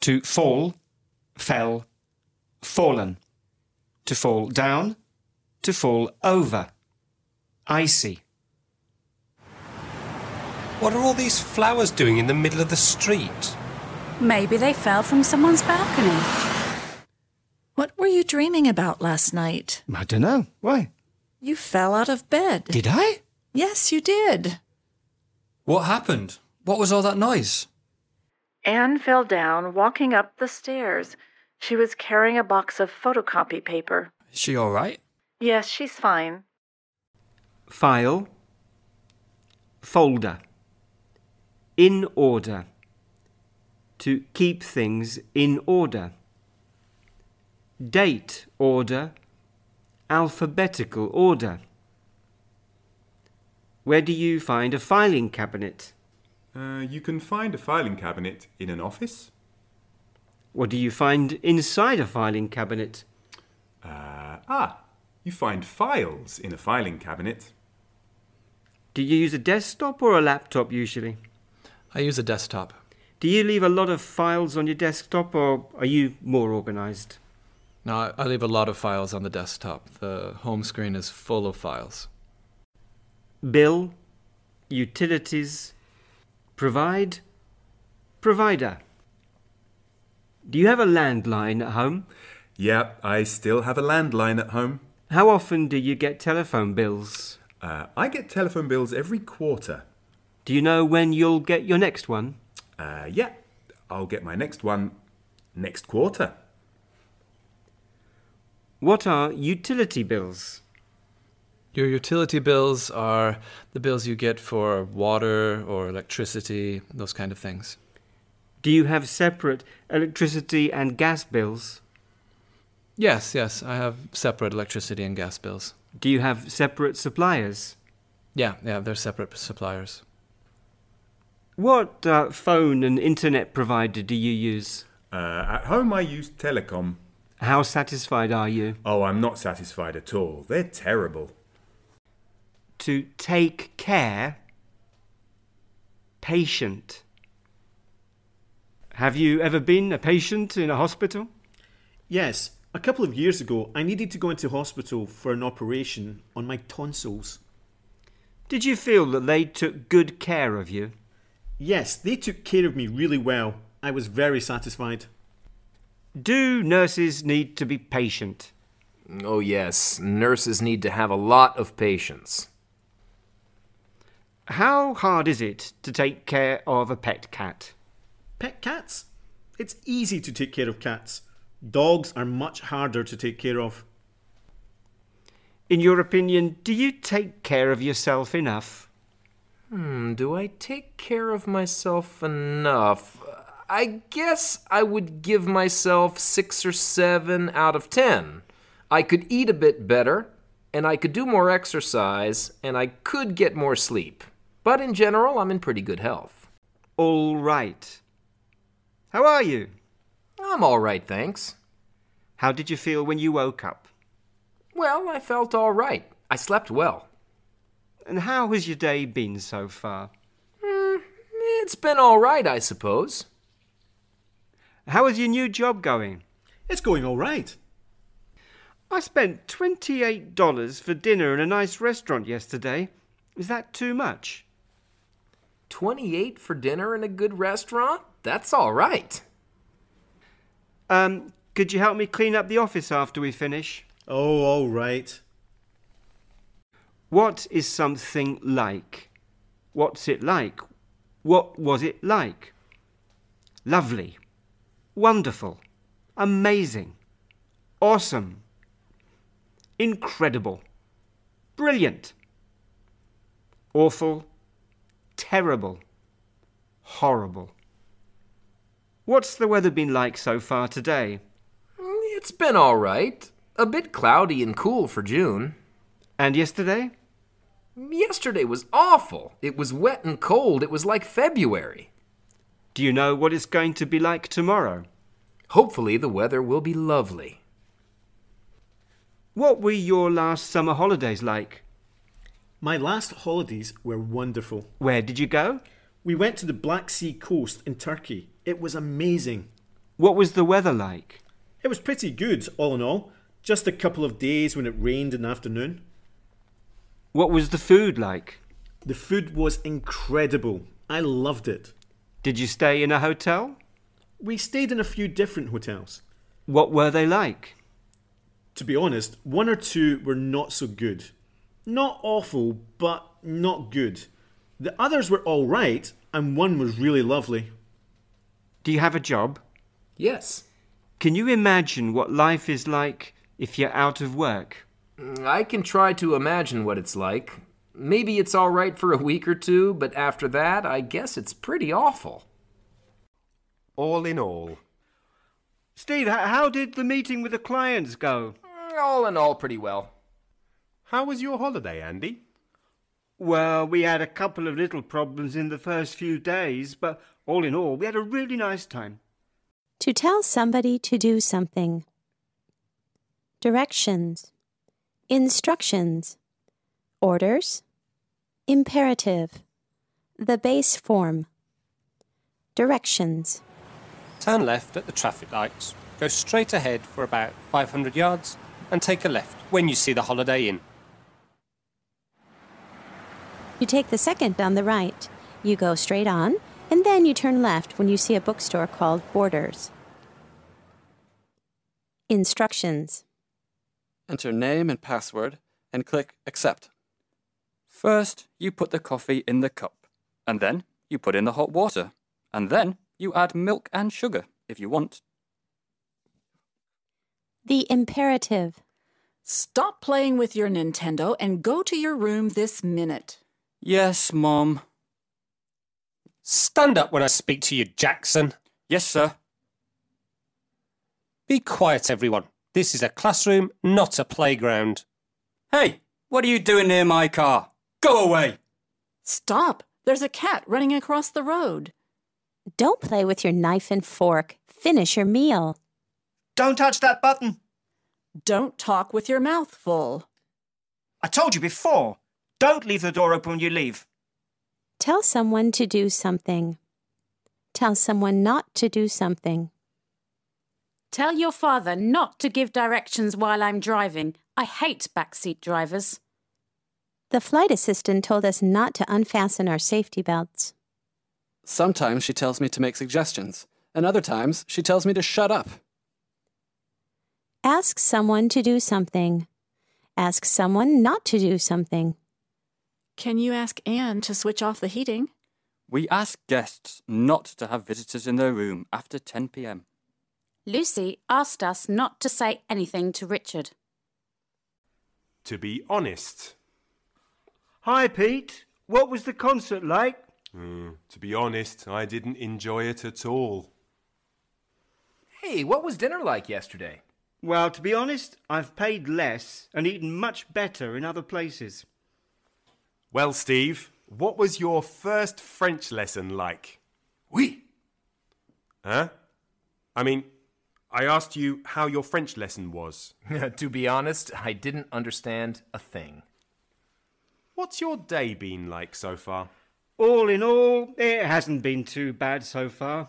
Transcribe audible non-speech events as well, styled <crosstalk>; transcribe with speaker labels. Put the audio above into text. Speaker 1: To fall, fell, fallen. To fall down, to fall over. Icy.
Speaker 2: What are all these flowers doing in the middle of the street?
Speaker 3: Maybe they fell from someone's balcony.
Speaker 4: What were you dreaming about last night?
Speaker 1: I don't know. Why?
Speaker 4: You fell out of bed.
Speaker 1: Did I?
Speaker 4: yes, you did.
Speaker 5: What happened? What was all that noise?
Speaker 4: Anne fell down walking up the stairs. She was carrying a box of photocopy paper.
Speaker 5: Is she all right?
Speaker 4: Yes, she's fine.
Speaker 1: File. Folder. In order. To keep things in order. Date order. Alphabetical order. Where do you find a filing cabinet?
Speaker 6: Uh, you can find a filing cabinet in an office,
Speaker 1: What do you find inside a filing cabinet?
Speaker 6: Uh, ah, you find files in a filing cabinet.
Speaker 1: Do you use a desktop or a laptop usually?
Speaker 5: I use a desktop.
Speaker 1: Do you leave a lot of files on your desktop or are you more organized?
Speaker 5: No, I- I leave a lot of files on the desktop. The home screen is full of files.
Speaker 1: Bill, utilities, provide, provider. Do you have a landline at home?
Speaker 6: Yep, I still have a landline at home.
Speaker 1: How often do you get telephone bills?
Speaker 6: Uh, I get telephone bills every quarter.
Speaker 1: Do you know when you'll get your next one?
Speaker 6: Uh, yeah, I'll get my next one next quarter.
Speaker 1: What are utility bills?
Speaker 5: Your utility bills are the bills you get for water or electricity, those kind of things.
Speaker 1: Do you have separate electricity and gas bills?
Speaker 5: Yes, yes, I have separate electricity and gas bills.
Speaker 1: Do you have separate suppliers?
Speaker 5: Yeah, yeah, they're separate suppliers.
Speaker 1: What uh, phone and internet provider do you use?
Speaker 6: Uh, at home, I use telecom.
Speaker 1: How satisfied are you?
Speaker 6: Oh, I'm not satisfied at all. They're terrible.
Speaker 1: To take care. Patient. Have you ever been a patient in a hospital?
Speaker 7: Yes, a couple of years ago, I needed to go into hospital for an operation on my tonsils.
Speaker 1: Did you feel that they took good care of you?
Speaker 7: Yes, they took care of me really well. I was very satisfied.
Speaker 1: Do nurses need to be patient?
Speaker 8: Oh, yes, nurses need to have a lot of patience.
Speaker 1: How hard is it to take care of a pet cat?
Speaker 7: Pet cats? It's easy to take care of cats. Dogs are much harder to take care of.
Speaker 1: In your opinion, do you take care of yourself enough?
Speaker 8: Hmm, do I take care of myself enough? Uh, I guess I would give myself six or seven out of ten. I could eat a bit better, and I could do more exercise, and I could get more sleep. But in general, I'm in pretty good health.
Speaker 1: All right. How are you?
Speaker 8: I'm all right, thanks.
Speaker 1: How did you feel when you woke up?
Speaker 8: Well, I felt all right. I slept well.
Speaker 1: And how has your day been so far?
Speaker 8: Hmm, It's been all right, I suppose.
Speaker 1: How is your new job going?
Speaker 7: It's going all right.
Speaker 1: I spent $28 for dinner in a nice restaurant yesterday. Is that too much?
Speaker 8: 28 for dinner in a good restaurant? That's all right.
Speaker 1: Um, could you help me clean up the office after we finish?
Speaker 7: Oh, all right.
Speaker 1: What is something like? What's it like? What was it like? Lovely. Wonderful. Amazing. Awesome. Incredible. Brilliant. Awful. Terrible. Horrible. What's the weather been like so far today?
Speaker 8: Mm, It's been all right. A bit cloudy and cool for June.
Speaker 1: And yesterday?
Speaker 8: Yesterday was awful. It was wet and cold. It was like February.
Speaker 1: Do you know what it's going to be like tomorrow?
Speaker 8: Hopefully, the weather will be lovely.
Speaker 1: What were your last summer holidays like?
Speaker 7: My last holidays were wonderful.
Speaker 1: Where did you go?
Speaker 7: We went to the Black Sea coast in Turkey. It was amazing.
Speaker 1: What was the weather like?
Speaker 7: It was pretty good, all in all. Just a couple of days when it rained in the afternoon.
Speaker 1: What was the food like?
Speaker 7: The food was incredible. I loved it.
Speaker 1: Did you stay in a hotel?
Speaker 7: We stayed in a few different hotels.
Speaker 1: What were they like?
Speaker 7: To be honest, one or two were not so good. Not awful, but not good. The others were all right, and one was really lovely.
Speaker 1: Do you have a job?
Speaker 8: Yes.
Speaker 1: Can you imagine what life is like if you're out of work?
Speaker 8: Mm, I can try to imagine what it's like. Maybe it's all right for a week or two, but after that, I guess it's pretty awful.
Speaker 2: All in all,
Speaker 1: Steve, h- how did the meeting with the clients go?
Speaker 8: Mm, All in all, pretty well.
Speaker 2: how was your holiday, Andy?
Speaker 1: Well, we had a couple of little problems in the first few days, but all in all, we had a really nice time.
Speaker 9: To tell somebody to do something. Directions. Instructions. Orders. Imperative. The base form. Directions.
Speaker 10: Turn left at the traffic lights, go straight ahead for about 500 yards, and take a left when you see the Holiday Inn.
Speaker 9: You take the second on the right. You go straight on, and then you turn left when you see a bookstore called Borders. Instructions.
Speaker 11: enter name and password, and click accept. First, you put the coffee in the cup, and then you put in the hot water, and then you add milk and sugar if you want.
Speaker 9: The imperative.
Speaker 12: Stop playing with your Nintendo and go to your room this minute.
Speaker 11: Yes, Mom.
Speaker 2: Stand up when I speak to you, Jackson.
Speaker 11: Yes, sir.
Speaker 2: Be quiet, everyone. This is a classroom, not a playground.
Speaker 11: Hey, what are you doing near my car? Go away!
Speaker 12: Stop! There's a cat running across the road.
Speaker 9: Don't play with your knife and fork. Finish your meal.
Speaker 1: Don't touch that button!
Speaker 12: Don't talk with your mouth full.
Speaker 1: I told you before! Don't leave the door open when you leave!
Speaker 9: Tell someone to do something. Tell someone not to do something.
Speaker 3: Tell your father not to give directions while I'm driving. I hate backseat drivers.
Speaker 9: The flight assistant told us not to unfasten our safety belts.
Speaker 11: Sometimes she tells me to make suggestions, and other times she tells me to shut up.
Speaker 9: Ask someone to do something. Ask someone not to do something.
Speaker 12: Can you ask Anne to switch off the heating?
Speaker 11: We ask guests not to have visitors in their room after 10 p.m.
Speaker 3: Lucy asked us not to say anything to Richard.
Speaker 6: To be honest.
Speaker 1: Hi, Pete. What was the concert like?
Speaker 6: Mm, to be honest, I didn't enjoy it at all.
Speaker 8: Hey, what was dinner like yesterday?
Speaker 1: Well, to be honest, I've paid less and eaten much better in other places.
Speaker 6: Well, Steve, what was your first French lesson like?
Speaker 8: Oui.
Speaker 6: Huh? I mean, I asked you how your French lesson was.
Speaker 8: <laughs> to be honest, I didn't understand a thing.
Speaker 6: What's your day been like so far?
Speaker 1: All in all, it hasn't been too bad so far.